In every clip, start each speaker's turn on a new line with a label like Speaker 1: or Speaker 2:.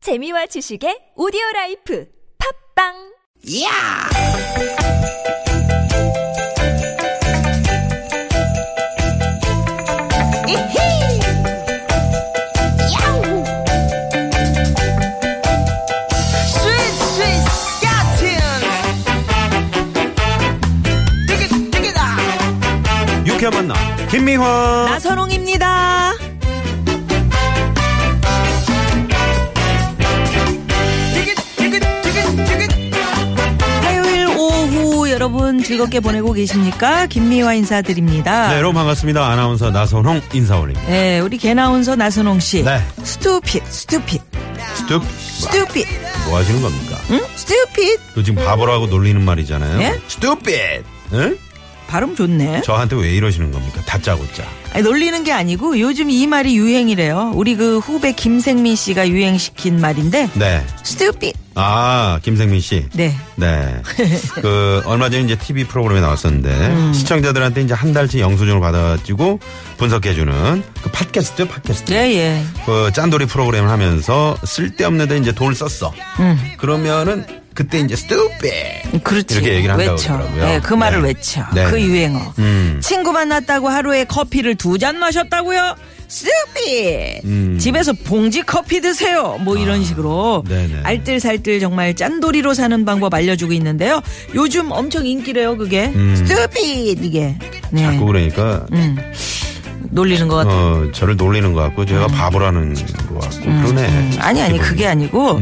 Speaker 1: 재미와 지식의 오디오 라이프 팝빵
Speaker 2: 이야! 이히! 야우! 스윗, 스윗, 스틴! 티켓, 티켓아!
Speaker 3: 유쾌한 만남 김미화
Speaker 4: 나선홍입니다.
Speaker 2: 티켓, 티켓, 티켓, 티켓!
Speaker 4: 화요일 오후 여러분 즐겁게 보내고 계십니까? 김미화 인사드립니다.
Speaker 3: 네 여러분 반갑습니다 아나운서 나선홍 인사원입니다
Speaker 4: 네, 우리 개나운서 나선홍 씨.
Speaker 3: 네.
Speaker 4: 스투핏, 스투핏,
Speaker 3: 스톱
Speaker 4: 스투핏,
Speaker 3: 뭐 하시는 겁니까
Speaker 4: 응? 스투핏.
Speaker 3: 너 지금 바보라고 놀리는 말이잖아요
Speaker 4: 예?
Speaker 3: stupid 응?
Speaker 4: 발음 좋네.
Speaker 3: 저한테 왜 이러시는 겁니까 다짜고짜
Speaker 4: 아니, 놀리는 게 아니고 요즘 이 말이 유행이래요. 우리 그 후배 김생민 씨가 유행시킨 말인데 스투핏.
Speaker 3: 네. 네아 김생민 씨
Speaker 4: 네.
Speaker 3: 네. 그, 얼마 전에 이제 TV 프로그램에 나왔었는데,
Speaker 4: 음.
Speaker 3: 시청자들한테 이제 한 달치 영수증을 받아가지고 분석해주는 그 팟캐스트, 팟캐스트.
Speaker 4: 예, 예.
Speaker 3: 그 짠돌이 프로그램을 하면서 쓸데없는데 이제 돈을 썼어.
Speaker 4: 음.
Speaker 3: 그러면은 그때 이제 stupid.
Speaker 4: 그렇지.
Speaker 3: 이렇게 얘기를 한다고
Speaker 4: 외쳐.
Speaker 3: 그러더라고요.
Speaker 4: 네, 그 말을
Speaker 3: 네.
Speaker 4: 외쳐.
Speaker 3: 네.
Speaker 4: 그 유행어.
Speaker 3: 음.
Speaker 4: 친구 만났다고 하루에 커피를 두 잔 마셨다고요? 스피
Speaker 3: 음. 아,
Speaker 4: 집에서 봉지 커피 드세요. 뭐 이런 식으로
Speaker 3: 네네.
Speaker 4: 알뜰살뜰 정말 짠돌이로 사는 방법 알려주고 있는데요. 요즘 엄청 인기래요, 그게 스피 이게 네.
Speaker 3: 음. 자꾸 그러니까
Speaker 4: 음. 놀리는 것 같아. 요
Speaker 3: 어, 저를 놀리는 것 같고 제가 바보라는 것 같고 그러네.
Speaker 4: 음,
Speaker 3: 음.
Speaker 4: 아니 아니
Speaker 3: 기분이.
Speaker 4: 그게 아니고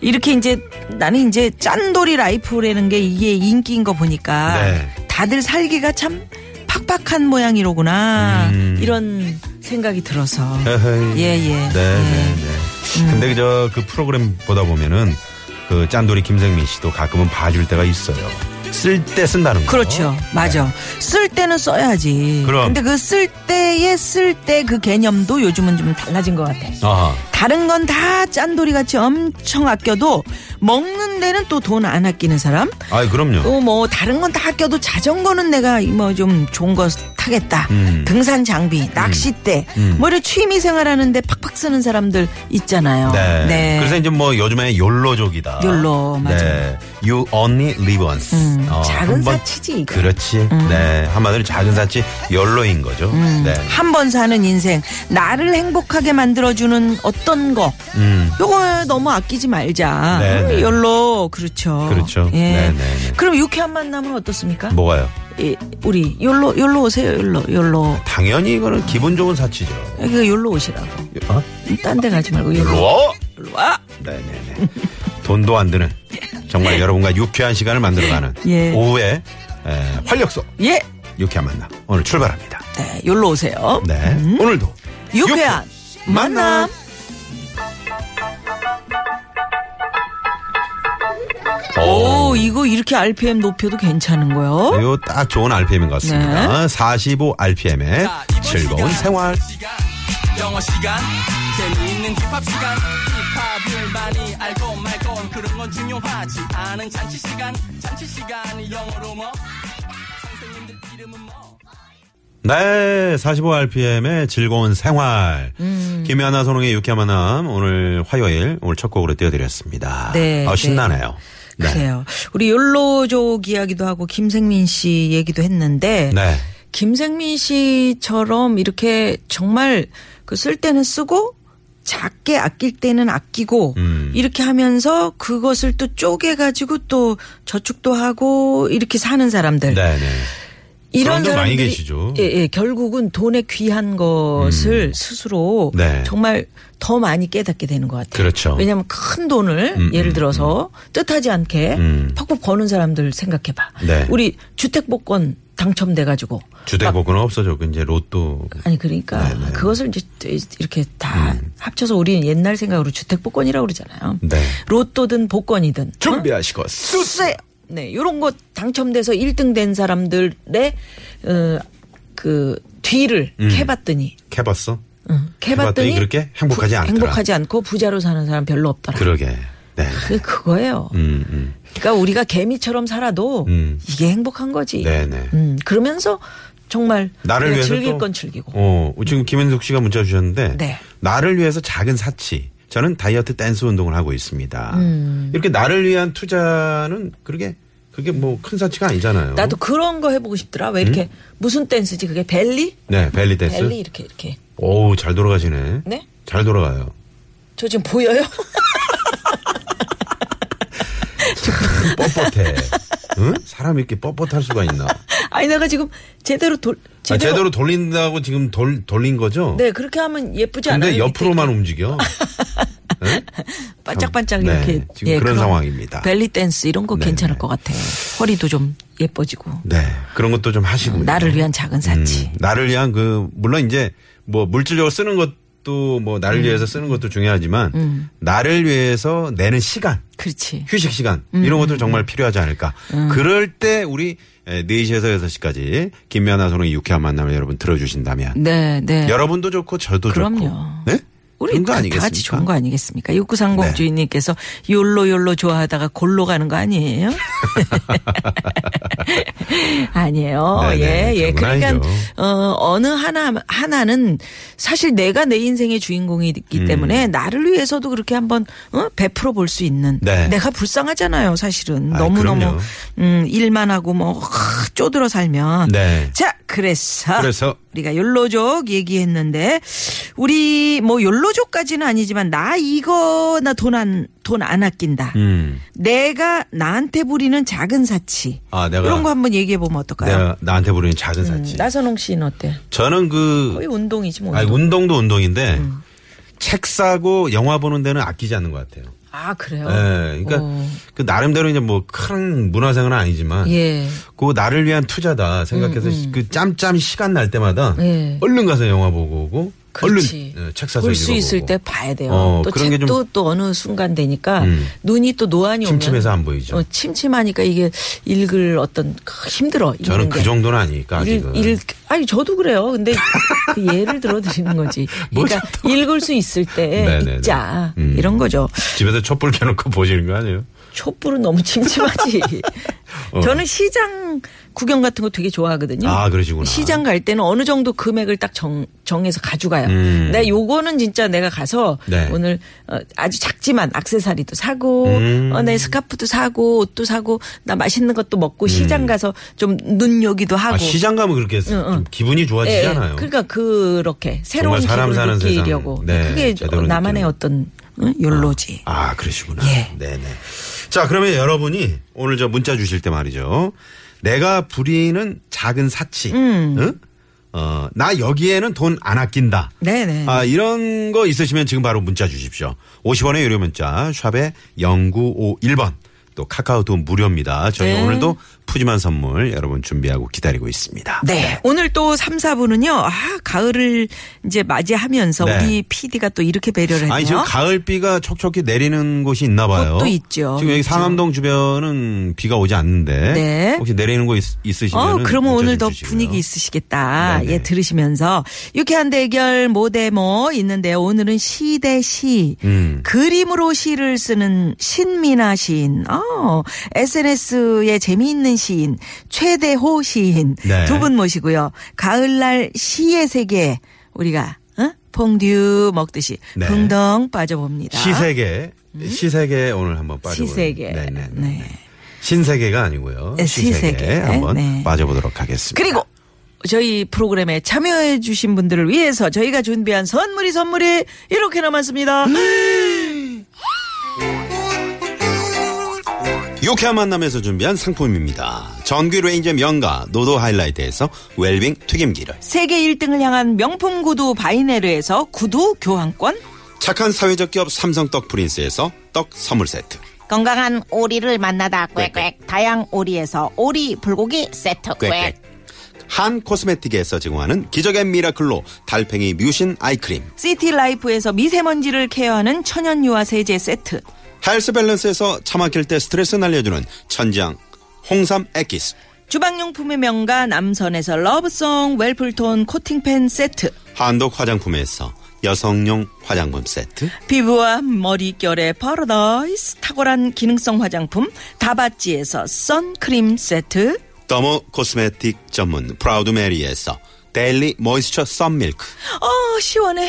Speaker 4: 이렇게 이제 나는 이제 짠돌이 라이프라는 게 이게 인기인 거 보니까
Speaker 3: 네.
Speaker 4: 다들 살기가 참 팍팍한 모양이로구나
Speaker 3: 음.
Speaker 4: 이런 생각이 들어서
Speaker 3: 에헤이.
Speaker 4: 예예 음.
Speaker 3: 네, 네, 네. 근데 저 그 프로그램 보다 보면은 그 짠돌이 김생민 씨도 가끔은 봐줄 때가 있어요. 쓸 때 쓴다는 거.
Speaker 4: 그렇죠 맞아 쓸 때는 써야지
Speaker 3: 그럼.
Speaker 4: 근데 그 쓸 때에 쓸 때 그 개념도 요즘은 좀 달라진 것 같아
Speaker 3: 아하.
Speaker 4: 다른 건 다 짠돌이 같이 엄청 아껴도 먹는 데는 또 돈 안 아끼는 사람
Speaker 3: 아이, 그럼요.
Speaker 4: 또 뭐 다른 건 다 아껴도 자전거는 내가 뭐 좀 좋은 거 타겠다.
Speaker 3: 음.
Speaker 4: 등산 장비, 낚싯대,
Speaker 3: 음.
Speaker 4: 뭐 이런 취미 생활하는데 팍팍 쓰는 사람들 있잖아요.
Speaker 3: 네. 그래서 이제 뭐 요즘에 욜로족이다.
Speaker 4: 욜로, 맞아요.
Speaker 3: 네. You only live once.
Speaker 4: 음,
Speaker 3: 어,
Speaker 4: 작은
Speaker 3: 한 번-
Speaker 4: 사치지. 이거. 음.
Speaker 3: 그렇지. 네. 한마디로 작은 사치 욜로인 거죠. 네.
Speaker 4: 한 번 사는 인생, 나를 행복하게 만들어주는 어떤 거,
Speaker 3: 음.
Speaker 4: 요거 너무 아끼지 말자.
Speaker 3: 네,
Speaker 4: 음,
Speaker 3: 네.
Speaker 4: 욜로, 그렇죠.
Speaker 3: 그렇죠.
Speaker 4: 예.
Speaker 3: 네, 네, 네.
Speaker 4: 그럼 유쾌한 만남은 어떻습니까?
Speaker 3: 뭐가요?
Speaker 4: 이, 우리 욜로, 욜로 오세요, 욜로, 욜로.
Speaker 3: 당연히 이거는 기분 좋은 사치죠.
Speaker 4: 여기 욜로 오시라고.
Speaker 3: 어?
Speaker 4: 딴 데 가지 말고 욜로.
Speaker 3: 욜로?
Speaker 4: 욜로 와!
Speaker 3: 네네네. 돈도 안 드는 정말 여러분과 유쾌한 시간을 만들어가는
Speaker 4: 예.
Speaker 3: 오후에 에, 활력소
Speaker 4: 예.
Speaker 3: 유쾌한 만남 오늘 출발합니다.
Speaker 4: 네, 여기로 오세요.
Speaker 3: 네. 오늘도
Speaker 4: 음. 유쾌한 만남.
Speaker 3: 어.
Speaker 4: 오, 이거 이렇게 RPM 높여도 괜찮은 거요?
Speaker 3: 이거 딱 좋은 RPM인 것 같습니다.
Speaker 4: 네.
Speaker 3: 45 RPM의 즐거운 생활.
Speaker 5: 영어 시간 재미있는 힙합 시간 힙합을 많이 알건 말건 그런 건 중요하지 않은 잔치 시간 잔치 시간 영어로 뭐 선생님들 이름은 뭐
Speaker 3: 네, 45 RPM의 즐거운 생활.
Speaker 4: 음.
Speaker 3: 김연아 선홍의 유쾌한 만남 오늘 화요일 오늘 첫 곡으로 띄워드렸습니다.
Speaker 4: 네,
Speaker 3: 아,
Speaker 4: 네.
Speaker 3: 신나네요. 네.
Speaker 4: 그래요. 우리 욜로족 이야기도 하고 김생민 씨 얘기도 했는데
Speaker 3: 네.
Speaker 4: 김생민 씨처럼 이렇게 정말 그 쓸 때는 쓰고 작게 아낄 때는 아끼고
Speaker 3: 음.
Speaker 4: 이렇게 하면서 그것을 또 쪼개 가지고 또 저축도 하고 이렇게 사는 사람들
Speaker 3: 네, 네. 그런
Speaker 4: 이런
Speaker 3: 분들 많이
Speaker 4: 사람들이-
Speaker 3: 계시죠. 음.
Speaker 4: 예, 예, 결국은 돈에 귀한 것을 스스로
Speaker 3: 네.
Speaker 4: 정말 더 많이 깨닫게 되는 것 같아요.
Speaker 3: 그렇죠.
Speaker 4: 왜냐하면 큰 돈을
Speaker 3: 음,
Speaker 4: 예를
Speaker 3: 음,
Speaker 4: 들어서 뜻하지 않게
Speaker 3: 음.
Speaker 4: 팍팍 버는 사람들 생각해봐.
Speaker 3: 네.
Speaker 4: 우리 주택복권 당첨돼 가지고
Speaker 3: 주택복권은 없어졌고 이제 로또
Speaker 4: 아니 그러니까
Speaker 3: 네,
Speaker 4: 그것을 이제 이렇게 다
Speaker 3: 음.
Speaker 4: 합쳐서 우리는 옛날 생각으로 주택복권이라고 그러잖아요.
Speaker 3: 네.
Speaker 4: 로또든 복권이든 어?
Speaker 3: 준비하시고
Speaker 4: 쎄. 네, 요런 거 당첨돼서 1등 된 사람들의 어, 그 뒤를 캐봤더니
Speaker 3: 해봤어?
Speaker 4: 응,
Speaker 3: 음. 캐봤더니
Speaker 4: 캐봤더니
Speaker 3: 그렇게 행복하지
Speaker 4: 부-
Speaker 3: 않더라.
Speaker 4: 행복하지 않고 부자로 사는 사람 별로 없더라.
Speaker 3: 그러게. 네.
Speaker 4: 그게 그거예요.
Speaker 3: 음, 음.
Speaker 4: 그러니까 우리가 개미처럼 살아도
Speaker 3: 음.
Speaker 4: 이게 행복한 거지.
Speaker 3: 네네.
Speaker 4: 음, 그러면서 정말
Speaker 3: 나를
Speaker 4: 그냥
Speaker 3: 위해서
Speaker 4: 즐길
Speaker 3: 또-
Speaker 4: 건 즐기고.
Speaker 3: 어, 지금 김현숙 씨가 문자 주셨는데
Speaker 4: 네.
Speaker 3: 나를 위해서 작은 사치, 저는 다이어트 댄스 운동을 하고 있습니다.
Speaker 4: 음.
Speaker 3: 이렇게 나를 위한 투자는 그렇게 그게 뭐 큰 사치가 아니잖아요.
Speaker 4: 나도 그런 거 해보고 싶더라. 왜 이렇게
Speaker 3: 음?
Speaker 4: 무슨 댄스지? 그게 벨리?
Speaker 3: 네 벨리 댄스.
Speaker 4: 벨리 이렇게 이렇게.
Speaker 3: 오우 잘 돌아가시네.
Speaker 4: 네?
Speaker 3: 잘 돌아가요.
Speaker 4: 저 지금 보여요?
Speaker 3: 음, 뻣뻣해. 응? 사람 이렇게 뻣뻣할 수가 있나?
Speaker 4: 아니 내가 지금 제대로 돌
Speaker 3: 아, 제대로 돌린다고 지금 돌 돌린 거죠?
Speaker 4: 네 그렇게 하면 예쁘지
Speaker 3: 근데
Speaker 4: 않아요? 밑에
Speaker 3: 옆으로만 움직여. 응?
Speaker 4: 이렇게 반짝반짝
Speaker 3: 네,
Speaker 4: 이렇게 예,
Speaker 3: 지금 그런 상황입니다.
Speaker 4: 벨리 댄스 이런 거
Speaker 3: 네,
Speaker 4: 괜찮을
Speaker 3: 네.
Speaker 4: 것 같아요. 허리도 좀 예뻐지고
Speaker 3: 네. 그런 것도 좀 하시고.
Speaker 4: 나를 위한 작은 사치.
Speaker 3: 나를 위한 그 물론 이제 뭐 물질적으로 쓰는 것도 뭐 나를
Speaker 4: 음.
Speaker 3: 위해서 쓰는 것도 중요하지만 나를 위해서 내는 시간,
Speaker 4: 그렇지. 예. 음.
Speaker 3: 휴식 시간 이런 것도 정말 필요하지 않을까. 그럴 때 우리 에, 4시에서 6시까지 김미아나 소롱의 유쾌한 만남을 여러분 들어주신다면
Speaker 4: 네, 네.
Speaker 3: 여러분도 좋고 저도
Speaker 4: 그럼요.
Speaker 3: 좋고. 네?
Speaker 4: 우리
Speaker 3: 좋은 거
Speaker 4: 다
Speaker 3: 아니겠습니까?
Speaker 4: 같이 좋은 거 아니겠습니까? 6930
Speaker 3: 네.
Speaker 4: 주인님께서 욜로 욜로 좋아하다가 골로 가는 거 아니에요? 아니에요.
Speaker 3: 네, 네,
Speaker 4: 예, 예.
Speaker 3: 그런 건
Speaker 4: 그러니까
Speaker 3: 아니죠.
Speaker 4: 어, 어느 하나 하나는 사실 내가 내 인생의 주인공이기
Speaker 3: 음.
Speaker 4: 때문에 나를 위해서도 그렇게 한번 어? 베풀어 볼 수 있는
Speaker 3: 네.
Speaker 4: 내가 불쌍하잖아요, 사실은.
Speaker 3: 아이,
Speaker 4: 너무 너무
Speaker 3: 그럼요.
Speaker 4: 음, 일만 하고 뭐 하, 쪼들어 살면
Speaker 3: 네.
Speaker 4: 자, 그래서
Speaker 3: 그래서
Speaker 4: 우리가 욜로족 얘기했는데 우리 뭐 욜로족까지는 아니지만 나 이거 나 돈 안 돈 안 아낀다.
Speaker 3: 음.
Speaker 4: 내가 나한테 부리는 작은 사치.
Speaker 3: 아, 내가-
Speaker 4: 이런 거 한번 얘기해 보면 어떨까요?
Speaker 3: 내가 나한테 부르는 작은 사치.
Speaker 4: 음. 나선홍 씨는 어때?
Speaker 3: 저는 그
Speaker 4: 거의 운동이지 뭐.
Speaker 3: 아니, 운동도 운동인데
Speaker 4: 음.
Speaker 3: 책 사고 영화 보는 데는 아끼지 않는 것 같아요.
Speaker 4: 아 그래요?
Speaker 3: 예. 그러니까
Speaker 4: 어.
Speaker 3: 그 나름대로 이제 뭐 큰 문화생활은 아니지만
Speaker 4: 예. 음,
Speaker 3: 그 나를 위한 투자다 생각해서 그 짬짬이 시간 날 때마다
Speaker 4: 예.
Speaker 3: 얼른 가서 영화 보고 오고
Speaker 4: 그렇지.
Speaker 3: 얼른 예, 책 사서
Speaker 4: 볼 수
Speaker 3: 읽어보고.
Speaker 4: 있을 때 봐야 돼요.
Speaker 3: 어,
Speaker 4: 또
Speaker 3: 그런 게
Speaker 4: 책도
Speaker 3: 좀-
Speaker 4: 또 어느 순간 되니까
Speaker 3: 음.
Speaker 4: 눈이 또 노안이 오면
Speaker 3: 침침해서 안 보이죠.
Speaker 4: 어, 침침하니까 이게 읽을 어떤 크, 힘들어. 읽는
Speaker 3: 저는 그
Speaker 4: 게.
Speaker 3: 정도는 아니니까
Speaker 4: 일,
Speaker 3: 아직은.
Speaker 4: 일, 아니 저도 그래요. 근데 그 예를 들어 드리는 거지. 그러니까 읽을 수 있을 때
Speaker 3: 네네네.
Speaker 4: 읽자
Speaker 3: 음.
Speaker 4: 이런 거죠.
Speaker 3: 집에서 촛불 켜놓고 보시는 거 아니에요?
Speaker 4: 촛불은 너무 침침하지.
Speaker 3: 어.
Speaker 4: 저는 시장 구경 같은 거 되게 좋아하거든요.
Speaker 3: 아, 그러시구나.
Speaker 4: 시장 갈 때는 어느 정도 금액을 딱 정, 정해서 가져가요.
Speaker 3: 음.
Speaker 4: 내 요거는 진짜 내가 가서
Speaker 3: 네.
Speaker 4: 오늘 어, 아주 작지만 악세사리도 사고
Speaker 3: 음.
Speaker 4: 어, 내 스카프도 사고 옷도 사고 나 맛있는 것도 먹고 시장 가서 좀 눈요기도 하고
Speaker 3: 음. 아, 시장 가면 그렇게 좀 기분이 좋아지잖아요.
Speaker 4: 예, 예. 그러니까 그렇게 새로운
Speaker 3: 사람
Speaker 4: 기분을
Speaker 3: 사는
Speaker 4: 느끼려고
Speaker 3: 세상. 네,
Speaker 4: 그게
Speaker 3: 제대로
Speaker 4: 나만의
Speaker 3: 느끼는.
Speaker 4: 어떤 응? 욜로지.
Speaker 3: 아, 그러시구나.
Speaker 4: 예.
Speaker 3: 네네. 자, 그러면 여러분이 오늘 저 문자 주실 때 말이죠. 내가 부리는 작은 사치.
Speaker 4: 음.
Speaker 3: 응? 어, 나 여기에는 돈 안 아낀다.
Speaker 4: 네네.
Speaker 3: 아, 이런 거 있으시면 지금 바로 문자 주십시오. 50원의 유료 문자, 샵에 0951번. 또 카카오톡 무료입니다. 저희
Speaker 4: 네.
Speaker 3: 오늘도 푸짐한 선물 여러분 준비하고 기다리고 있습니다.
Speaker 4: 네. 오늘 또 3, 4부는요, 아, 가을을 이제 맞이하면서
Speaker 3: 네.
Speaker 4: 우리 PD가 또 이렇게 배려를
Speaker 3: 아니 지금
Speaker 4: 했네요.
Speaker 3: 가을비가 촉촉히 내리는 곳이 있나 봐요.
Speaker 4: 그것도 있죠.
Speaker 3: 지금 여기
Speaker 4: 있죠.
Speaker 3: 상암동 주변은 비가 오지 않는데
Speaker 4: 네.
Speaker 3: 혹시 내리는 거 있, 있으시면
Speaker 4: 어, 그러면 오늘 더 분위기 있으시겠다.
Speaker 3: 네네.
Speaker 4: 예, 들으시면서. 유쾌한 대결 모데모 있는데요. 오늘은 시 대 시.
Speaker 3: 음.
Speaker 4: 그림으로 시를 쓰는 신민아 시인. 어, SNS에 재미있는 시인. 최대호 시인.
Speaker 3: 네.
Speaker 4: 두 분 모시고요. 가을날 시의 세계 우리가, 어? 퐁듀 먹듯이
Speaker 3: 네.
Speaker 4: 풍덩 빠져봅니다.
Speaker 3: 시세계 시세계 오늘 한번 빠져
Speaker 4: 음? 시세계.
Speaker 3: 네네
Speaker 4: 네.
Speaker 3: 신세계가 아니고요.
Speaker 4: 네,
Speaker 3: 시세계,
Speaker 4: 시세계.
Speaker 3: 한번
Speaker 4: 네.
Speaker 3: 빠져보도록 하겠습니다.
Speaker 4: 그리고 저희 프로그램에 참여해 주신 분들을 위해서 저희가 준비한 선물이 선물이 이렇게 남았습니다.
Speaker 3: 유쾌한 만남에서 준비한 상품입니다. 전기 레인저 명가 노도 하이라이트에서 웰빙 튀김기를
Speaker 4: 세계 1등을 향한 명품 구두 바이네르에서 구두 교환권
Speaker 3: 착한 사회적 기업 삼성 떡 프린스에서 떡 선물 세트
Speaker 6: 건강한 오리를 만나다 꽥꽥 다양 오리에서 오리 불고기 세트 꽥꽥
Speaker 3: 꽥꽥. 한 코스메틱에서 제공하는 기적의 미라클로 달팽이 뮤신 아이크림.
Speaker 4: 시티라이프에서 미세먼지를 케어하는 천연 유화 세제 세트
Speaker 3: 헬스 밸런스에서 차 막힐 때 스트레스 날려주는 천장 홍삼 액기스.
Speaker 4: 주방용품의 명가 남선에서 러브송 웰플톤 코팅팬 세트
Speaker 3: 한독 화장품에서 여성용 화장품 세트.
Speaker 4: 피부와 머릿결의 파라다이스 탁월한 기능성 화장품 다바찌에서 선크림 세트
Speaker 3: 더모 코스메틱 전문 프라우드 메리에서 데일리 모이스처 썸밀크.
Speaker 4: 어 시원해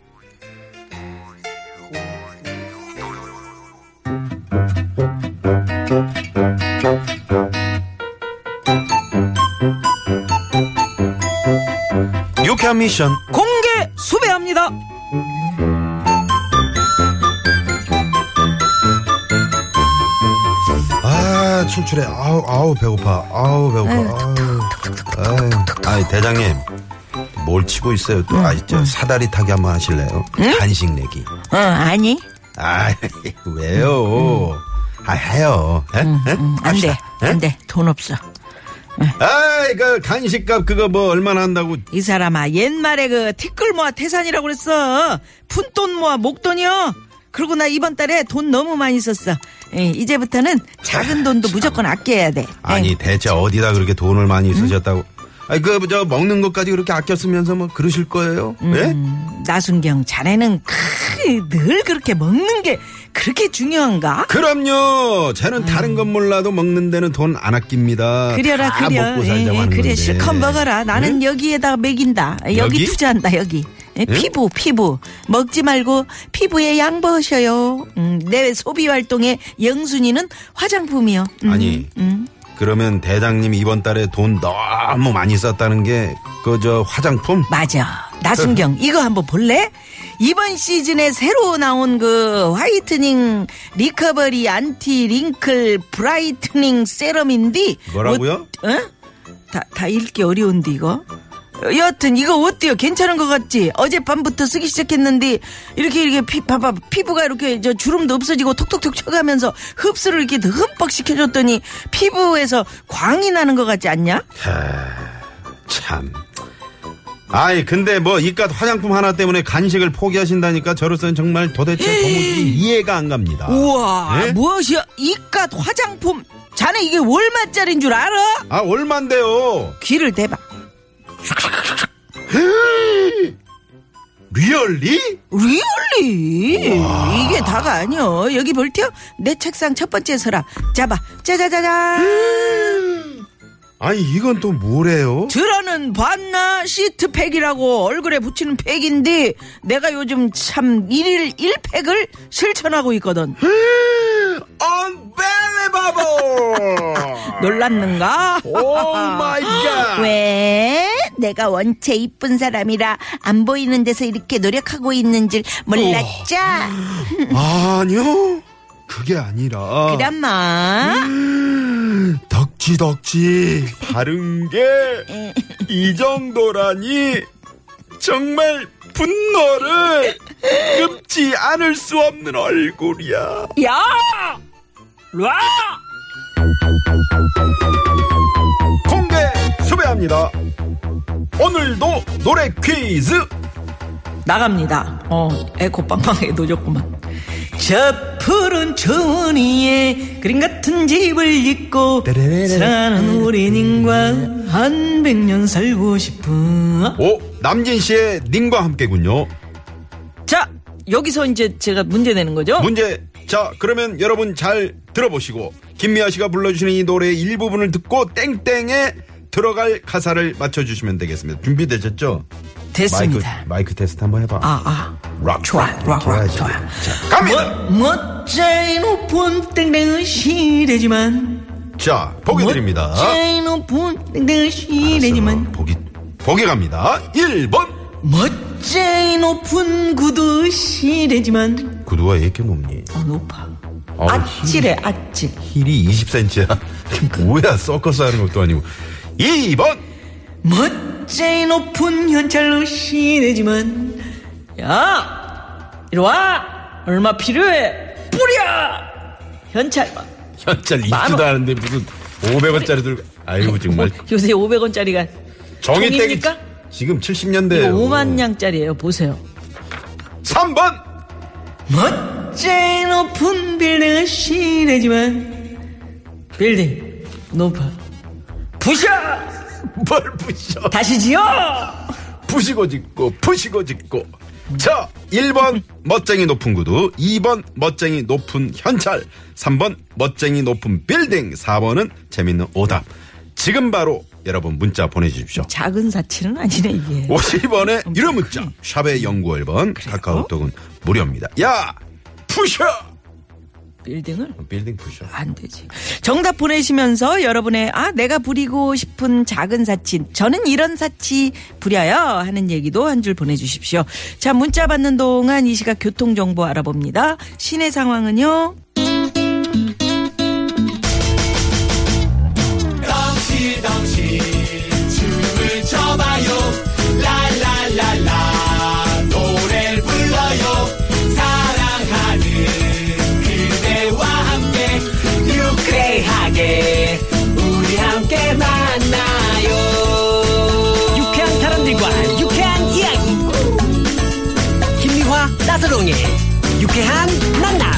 Speaker 3: 유쾌한 미션
Speaker 4: 공개 수배합니다.
Speaker 3: 아 출출해 아우 아우 배고파 아우 배고파 아유, 아유, 대장님 뭘 치고 있어요 또 아, 진짜 사다리 타기 한번 하실래요 간식 내기
Speaker 4: 어 아니
Speaker 3: 아 왜요 아 해요 예? 에? 에? 합시다. 에?
Speaker 4: 음, 안돼돈 없어.
Speaker 3: 아이 그 간식값 그거 뭐 얼마나 한다고
Speaker 4: 이 사람아 옛말에 그 티끌 모아 태산이라고 그랬어 푼돈 모아 목돈이요 그리고 나 이번 달에 돈 너무 많이 썼어 예, 이제부터는 작은 돈도 무조건 아껴야 돼
Speaker 3: 아니
Speaker 4: 예.
Speaker 3: 대체 어디다 그렇게 돈을
Speaker 4: 음?
Speaker 3: 많이 쓰셨다고 아니 그저 먹는 것까지 그렇게 아껴 쓰면서 뭐 그러실 거예요
Speaker 4: 음.
Speaker 3: 예?
Speaker 4: 나순경 자네는 크, 늘 그렇게 먹는 게 그렇게 중요한가
Speaker 3: 그럼요. 쟤는 다른 건 몰라도 먹는 데는 돈 안 아낍니다.
Speaker 4: 음. 그려라
Speaker 3: 다
Speaker 4: 그려
Speaker 3: 먹고
Speaker 4: 예,
Speaker 3: 살자고
Speaker 4: 예,
Speaker 3: 하는
Speaker 4: 그래
Speaker 3: 건데. 예?
Speaker 4: 실컷 먹어라 나는 여기에다 먹인다 예, 여기,
Speaker 3: 여기?
Speaker 4: 투자한다 여기 예, 피부 피부 먹지 말고 피부에 양보하셔요 음, 내 소비 활동의 영순이는 화장품이요 음.
Speaker 3: 아니. 그러면 대장님 이번 달에 돈 너무 많이 썼다는 게 그 저 화장품
Speaker 4: 맞아. 나순경 이거 한번 볼래? 이번 시즌에 새로 나온 그 화이트닝 리커버리 안티 링클 브라이트닝 세럼인데
Speaker 3: 뭐라고요?
Speaker 4: 어? 다, 다 읽기 어려운데 이거 어, 여하튼 이거 어때요? 괜찮은 것 같지? 어젯밤부터 쓰기 시작했는데 이렇게 이렇게 피, 봐봐 피부가 이렇게 저 주름도 없어지고 톡톡톡 쳐가면서 흡수를 이렇게 흠뻑 시켜줬더니 피부에서 광이 나는 것 같지 않냐?
Speaker 3: 참. 아이 근데 뭐 이깟 화장품 하나 때문에 간식을 포기하신다니까 저로서는 정말 도대체 도무지 이해가 안 갑니다.
Speaker 4: 우와 뭐-
Speaker 3: 예?
Speaker 4: 무엇이야 이깟 화장품 자네 이게 얼마짜린 줄 알아?
Speaker 3: 아 얼만데요?
Speaker 4: 귀를 대봐
Speaker 3: 리얼리?
Speaker 4: 리얼리 이게 다가 아니여 여기 볼테요 내 책상 첫 번째 서랍 잡아 짜자자잔
Speaker 3: 아니 이건 또 뭐래요?
Speaker 4: 들어는 봤나 시트팩이라고 얼굴에 붙이는 팩인데 내가 요즘 참 일일 일팩을 실천하고 있거든
Speaker 3: Unbelievable!
Speaker 4: 놀랐는가?
Speaker 3: 오 마이 갓!
Speaker 6: 왜 내가 원체 이쁜 사람이라 안 보이는 데서 이렇게 노력하고 있는 줄 몰랐죠?
Speaker 3: 아니요. 그게 아니라
Speaker 6: 그럼마
Speaker 3: 덕지덕지 바른 게 이 정도라니 정말 분노를 끔지 않을 수 없는 얼굴이야.
Speaker 4: 야! 라!
Speaker 3: 공개 수배합니다. 오늘도 노래 퀴즈
Speaker 4: 나갑니다. 어, 에코 빵빵하게 노졌구만. 저 푸른 초원 위에 그림 같은 집을 짓고 사는 우리님과 한 백년 살고 싶어.
Speaker 3: 오 남진 씨의 님과 함께군요.
Speaker 4: 자, 여기서 이제 제가 문제 내는 거죠?
Speaker 3: 문제 자 그러면 여러분 잘 들어보시고 김미아 씨가 불러주시는 이 노래의 일부분을 듣고 땡땡에 들어갈 가사를 맞춰주시면 되겠습니다 준비되셨죠?
Speaker 4: 됐습니다.
Speaker 3: 마이크, 마이크 테스트 한번 해봐
Speaker 4: 아, 아.
Speaker 3: 락
Speaker 4: 좋아,
Speaker 3: 테스트
Speaker 4: 락, 락,
Speaker 3: 해야지.
Speaker 4: 좋아.
Speaker 3: 자 갑니다
Speaker 4: 멋쟁이 뭐 높은 땡땡은 시대지만
Speaker 3: 자 보기 드립니다
Speaker 4: 멋쟁이 높은 땡땡은 시대지만
Speaker 3: 자, 보기 보기 갑니다 1번
Speaker 4: 멋쟁이 뭐 높은 구두 시래지만
Speaker 3: 구두가 왜 이렇게 높니?
Speaker 4: 어, 높아
Speaker 3: 아우,
Speaker 4: 아찔해 아찔
Speaker 3: 힐이 20cm야
Speaker 4: 그러니까.
Speaker 3: 뭐야 서커스 하는 것도 아니고 2번
Speaker 4: 멋쟁이 높은 현찰로 시래지만 야 이리와 얼마 필요해 뿌려 현찰 어,
Speaker 3: 현찰
Speaker 4: 만
Speaker 3: 입지도
Speaker 4: 원.
Speaker 3: 않은데 무슨 500원짜리 들고 아이고 정말
Speaker 4: 요새 500원짜리가
Speaker 3: 뭐 정의택이
Speaker 4: 종입니까?
Speaker 3: 지금 70년대
Speaker 4: 이거
Speaker 3: 예요.
Speaker 4: 5만 냥짜리예요 보세요
Speaker 3: 3번
Speaker 4: 멋쟁이 높은 빌딩은 시래지만
Speaker 7: 빌딩 높아 부셔
Speaker 3: 뭘 부셔.
Speaker 7: 다시 지어
Speaker 3: 부시고 짓고 부시고 짓고 자 1번 멋쟁이 높은 구두 2번 멋쟁이 높은 현찰 3번 멋쟁이 높은 빌딩 4번은 재밌는 오답 지금 바로 여러분 문자 보내주십시오
Speaker 4: 작은 사치는 아니네 이게
Speaker 3: 50원에 유료 문자 샵의 연구 1번 카카오톡은 무료입니다 야 부셔
Speaker 4: 빌딩을
Speaker 3: 빌딩 부셔
Speaker 4: 안 되지. 정답 보내시면서 여러분의 아 내가 부리고 싶은 작은 사치 저는 이런 사치 부려요 하는 얘기도 한 줄 보내주십시오. 자 문자 받는 동안 이 시각 교통 정보 알아봅니다. 시내 상황은요.
Speaker 5: 유쾌하게 우리 함께 만나요 유쾌한 사람들과 유쾌한 이야기 김미화 나서롱의 유쾌한 만남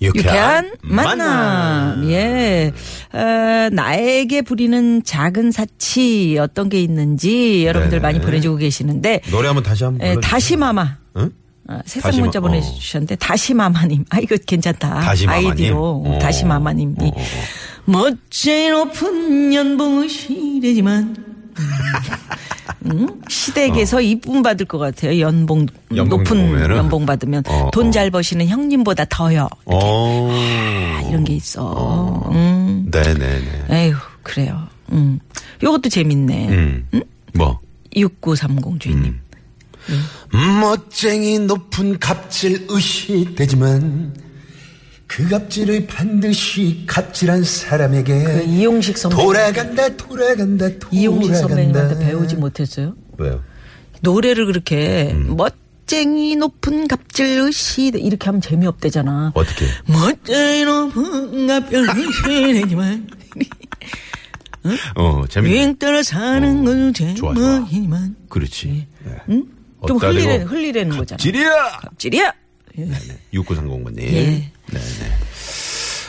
Speaker 4: 유쾌한 만남. 예. 어, 나에게 부리는 작은 사치 어떤 게 있는지 여러분들
Speaker 3: 네네.
Speaker 4: 많이 보내주고 계시는데
Speaker 3: 노래 한번 다시 한번
Speaker 4: 예,
Speaker 3: 불러주세요.
Speaker 4: 다시마마.
Speaker 3: 응?
Speaker 4: 어, 세상
Speaker 3: 다시마-
Speaker 4: 문자
Speaker 3: 어.
Speaker 4: 보내주셨는데 다시마마님 아 이거 괜찮다
Speaker 3: 다시마마님?
Speaker 4: 아이디로
Speaker 3: 어.
Speaker 4: 다시마마님이
Speaker 3: 어, 어, 어.
Speaker 4: 멋진 높은 연봉의 시대지만 음, 시댁에서 이쁨 받을 것 같아요 연봉,
Speaker 3: 어. 연봉
Speaker 4: 높은
Speaker 3: 보면은.
Speaker 4: 연봉 받으면
Speaker 3: 어,
Speaker 4: 돈
Speaker 3: 어.
Speaker 4: 잘 버시는 형님보다 더요
Speaker 3: 어.
Speaker 4: 아, 이런 게 있어 음,
Speaker 3: 네네네
Speaker 4: 에휴 그래요 음. 요것도 재밌네
Speaker 3: 음. 뭐
Speaker 4: 6930 주인님
Speaker 3: 멋쟁이 높은 갑질 의식 되지만 그 갑질을 반드시 갑질한
Speaker 4: 그
Speaker 3: 사람에게
Speaker 4: 이용식 선배님
Speaker 3: 돌아간다 돌아간다 돌아간다
Speaker 4: 이용식 선배님한테 배우지 못했어요
Speaker 3: 왜요?
Speaker 4: 노래를 그렇게
Speaker 3: 음.
Speaker 4: 멋쟁이 높은 갑질시 이렇게 하면 재미없대잖아.
Speaker 3: 어떻게?
Speaker 4: 멋쟁이 높은 갑질시지만
Speaker 3: 어 재밌네
Speaker 4: 윙 따라 사는 건
Speaker 3: 어. 좋아, 좋아.
Speaker 4: 재미없지만
Speaker 3: 그렇지 네.
Speaker 4: 예. 좀
Speaker 3: 어따
Speaker 4: 흘리래
Speaker 3: 대고
Speaker 4: 흘리라는 거잖아.
Speaker 3: 지리야
Speaker 4: 갑질이야.
Speaker 3: 6930번님
Speaker 4: 예.
Speaker 3: 네. 네네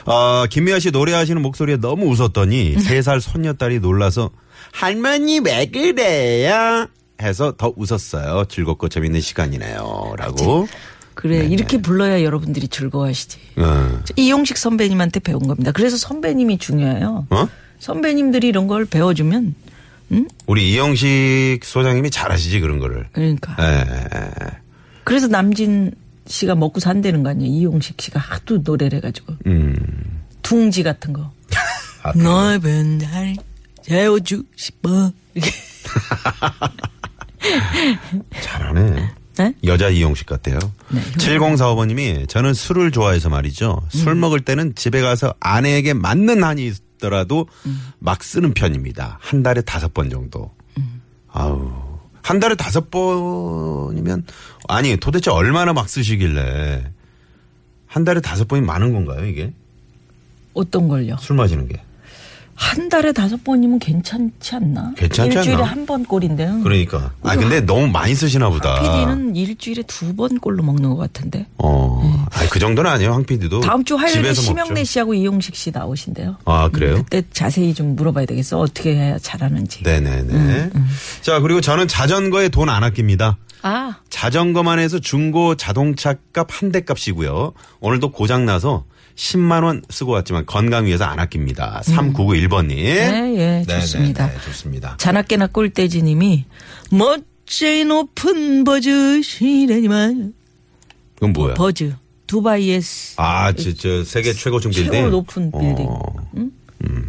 Speaker 3: 아 김미아 씨 노래하시는 목소리에 너무 웃었더니 세 살 손녀딸이 놀라서 할머니 왜 그래요? 해서 더 웃었어요 즐겁고 재밌는 시간이네요라고
Speaker 4: 그래 이렇게 불러야 여러분들이 즐거워하시지.
Speaker 3: 어.
Speaker 4: 저 이용식 선배님한테 배운 겁니다. 그래서 선배님이 중요해요.
Speaker 3: 어?
Speaker 4: 선배님들이 이런 걸 배워주면
Speaker 3: 우리 이영식 소장님이 잘하시지 그런 거를.
Speaker 4: 그러니까.
Speaker 3: 예, 예, 예.
Speaker 4: 그래서 남진 씨가 먹고 산다는 거 아니에요? 이용식 씨가 하도 노래를 해가지고. 둥지 같은 거.
Speaker 3: 음. 아, 그래요?
Speaker 4: 널 맨날 재워주 싶어. 이렇게.
Speaker 3: 잘하네.
Speaker 4: 네?
Speaker 3: 여자 이영식 같아요. 7045번님이 저는 술을 좋아해서 말이죠.
Speaker 4: 음.
Speaker 3: 술 먹을 때는 집에 가서 아내에게 맞는 한이 있더라도
Speaker 4: 음.
Speaker 3: 막 쓰는 편입니다. 한 달에 다섯 번 정도.
Speaker 4: 음.
Speaker 3: 아우. 한 달에 다섯 번이면 아니 도대체 얼마나 막 쓰시길래 한 달에 다섯 번이 많은 건가요 이게
Speaker 4: 어떤 걸요?
Speaker 3: 술 마시는 게
Speaker 4: 한 달에 다섯 번이면 괜찮지 않나?
Speaker 3: 괜찮지
Speaker 4: 일주일에
Speaker 3: 않나?
Speaker 4: 한 번 꼴인데요.
Speaker 3: 그러니까 아 근데 너무 많이 쓰시나 보다
Speaker 4: PD는 일주일에 두 번 꼴로 먹는 것 같은데.
Speaker 3: 어, 아니, 그 정도는 아니에요, 황 PD도.
Speaker 4: 네. 다음 주 화요일에
Speaker 3: 집에서
Speaker 4: 심영래
Speaker 3: 먹죠.
Speaker 4: 씨하고 이용식 씨 나오신대요.
Speaker 3: 아, 그래요?
Speaker 4: 그때 자세히 좀 물어봐야 되겠어. 어떻게 해야 잘하는지.
Speaker 3: 네네네.
Speaker 4: 음,
Speaker 3: 자, 그리고 저는 자전거에 돈 안 아낍니다.
Speaker 4: 아,
Speaker 3: 자전거만 해서 중고 자동차 값 한 대 값이고요. 오늘도 고장나서 10만원 쓰고 왔지만 건강 위해서 안 아낍니다. 3991번님.
Speaker 4: 음. 네, 예, 좋습니다.
Speaker 3: 좋습니다.
Speaker 4: 자나깨나 꼴돼지님이 멋진 오픈 버즈 시래니만
Speaker 3: 그건 뭐야?
Speaker 4: 버즈 두바이에스
Speaker 3: 아, 저, 저, 세계 최고층 빌딩.
Speaker 4: 최고 높은 빌딩.
Speaker 3: 어,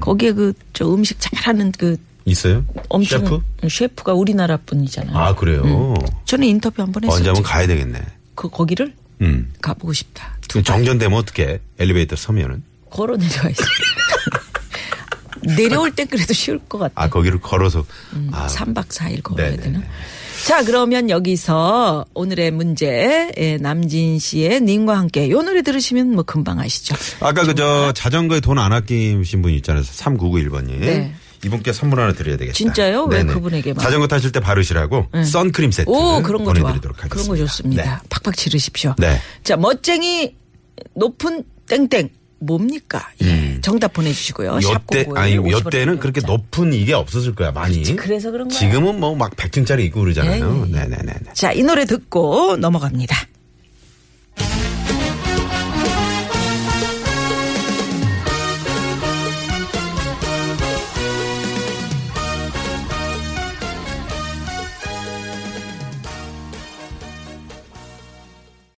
Speaker 4: 거기에 그 저 음식 잘하는 그
Speaker 3: 있어요?
Speaker 4: 엄청
Speaker 3: 셰프?
Speaker 4: 음, 셰프가 우리나라 분이잖아요.
Speaker 3: 아, 그래요?
Speaker 4: 저는 인터뷰 한 번
Speaker 3: 언제
Speaker 4: 했었죠.
Speaker 3: 한번 가야 되겠네.
Speaker 4: 그 거기를
Speaker 3: 음.
Speaker 4: 가보고 싶다. 두-
Speaker 3: 그 정전되면 어떡해? 엘리베이터 서면은?
Speaker 4: 걸어 내려와 있어. 내려올 땐 그래도 쉬울 것 같아.
Speaker 3: 아, 거기를 걸어서.
Speaker 4: 음.
Speaker 3: 아,
Speaker 4: 3박 4일 걸어야
Speaker 3: 네네네.
Speaker 4: 되나? 자, 그러면 여기서 오늘의 문제, 예, 남진 씨의 님과 함께 요 노래 들으시면 뭐 금방 아시죠.
Speaker 3: 아까 그 저 자전거에 돈 안 아끼신 분 있잖아요. 3991번님.
Speaker 4: 네.
Speaker 3: 이분께 선물 하나 드려야 되겠다.
Speaker 4: 진짜요? 왜 그분에게만? 네.
Speaker 3: 자전거 타실 때 바르시라고 선크림 세트
Speaker 4: 오, 그런 거 좋아.
Speaker 3: 보내드리도록 하겠습니다.
Speaker 4: 그런 거 좋습니다. 팍팍 지르십시오.
Speaker 3: 네.
Speaker 4: 자, 멋쟁이 높은 땡땡. 뭡니까? 예, 정답 보내주시고요. 어, 샵
Speaker 3: 음. 요때
Speaker 4: 공고에
Speaker 3: 아니
Speaker 4: 50원
Speaker 3: 요때는 그렇게
Speaker 4: 문자.
Speaker 3: 높은 이게 없었을 거야 많이.
Speaker 4: 그렇지, 그래서 그런 거야.
Speaker 3: 지금은 뭐 막 100층짜리 있고 그러잖아요. 네네네.
Speaker 4: 자, 이 노래 듣고 넘어갑니다.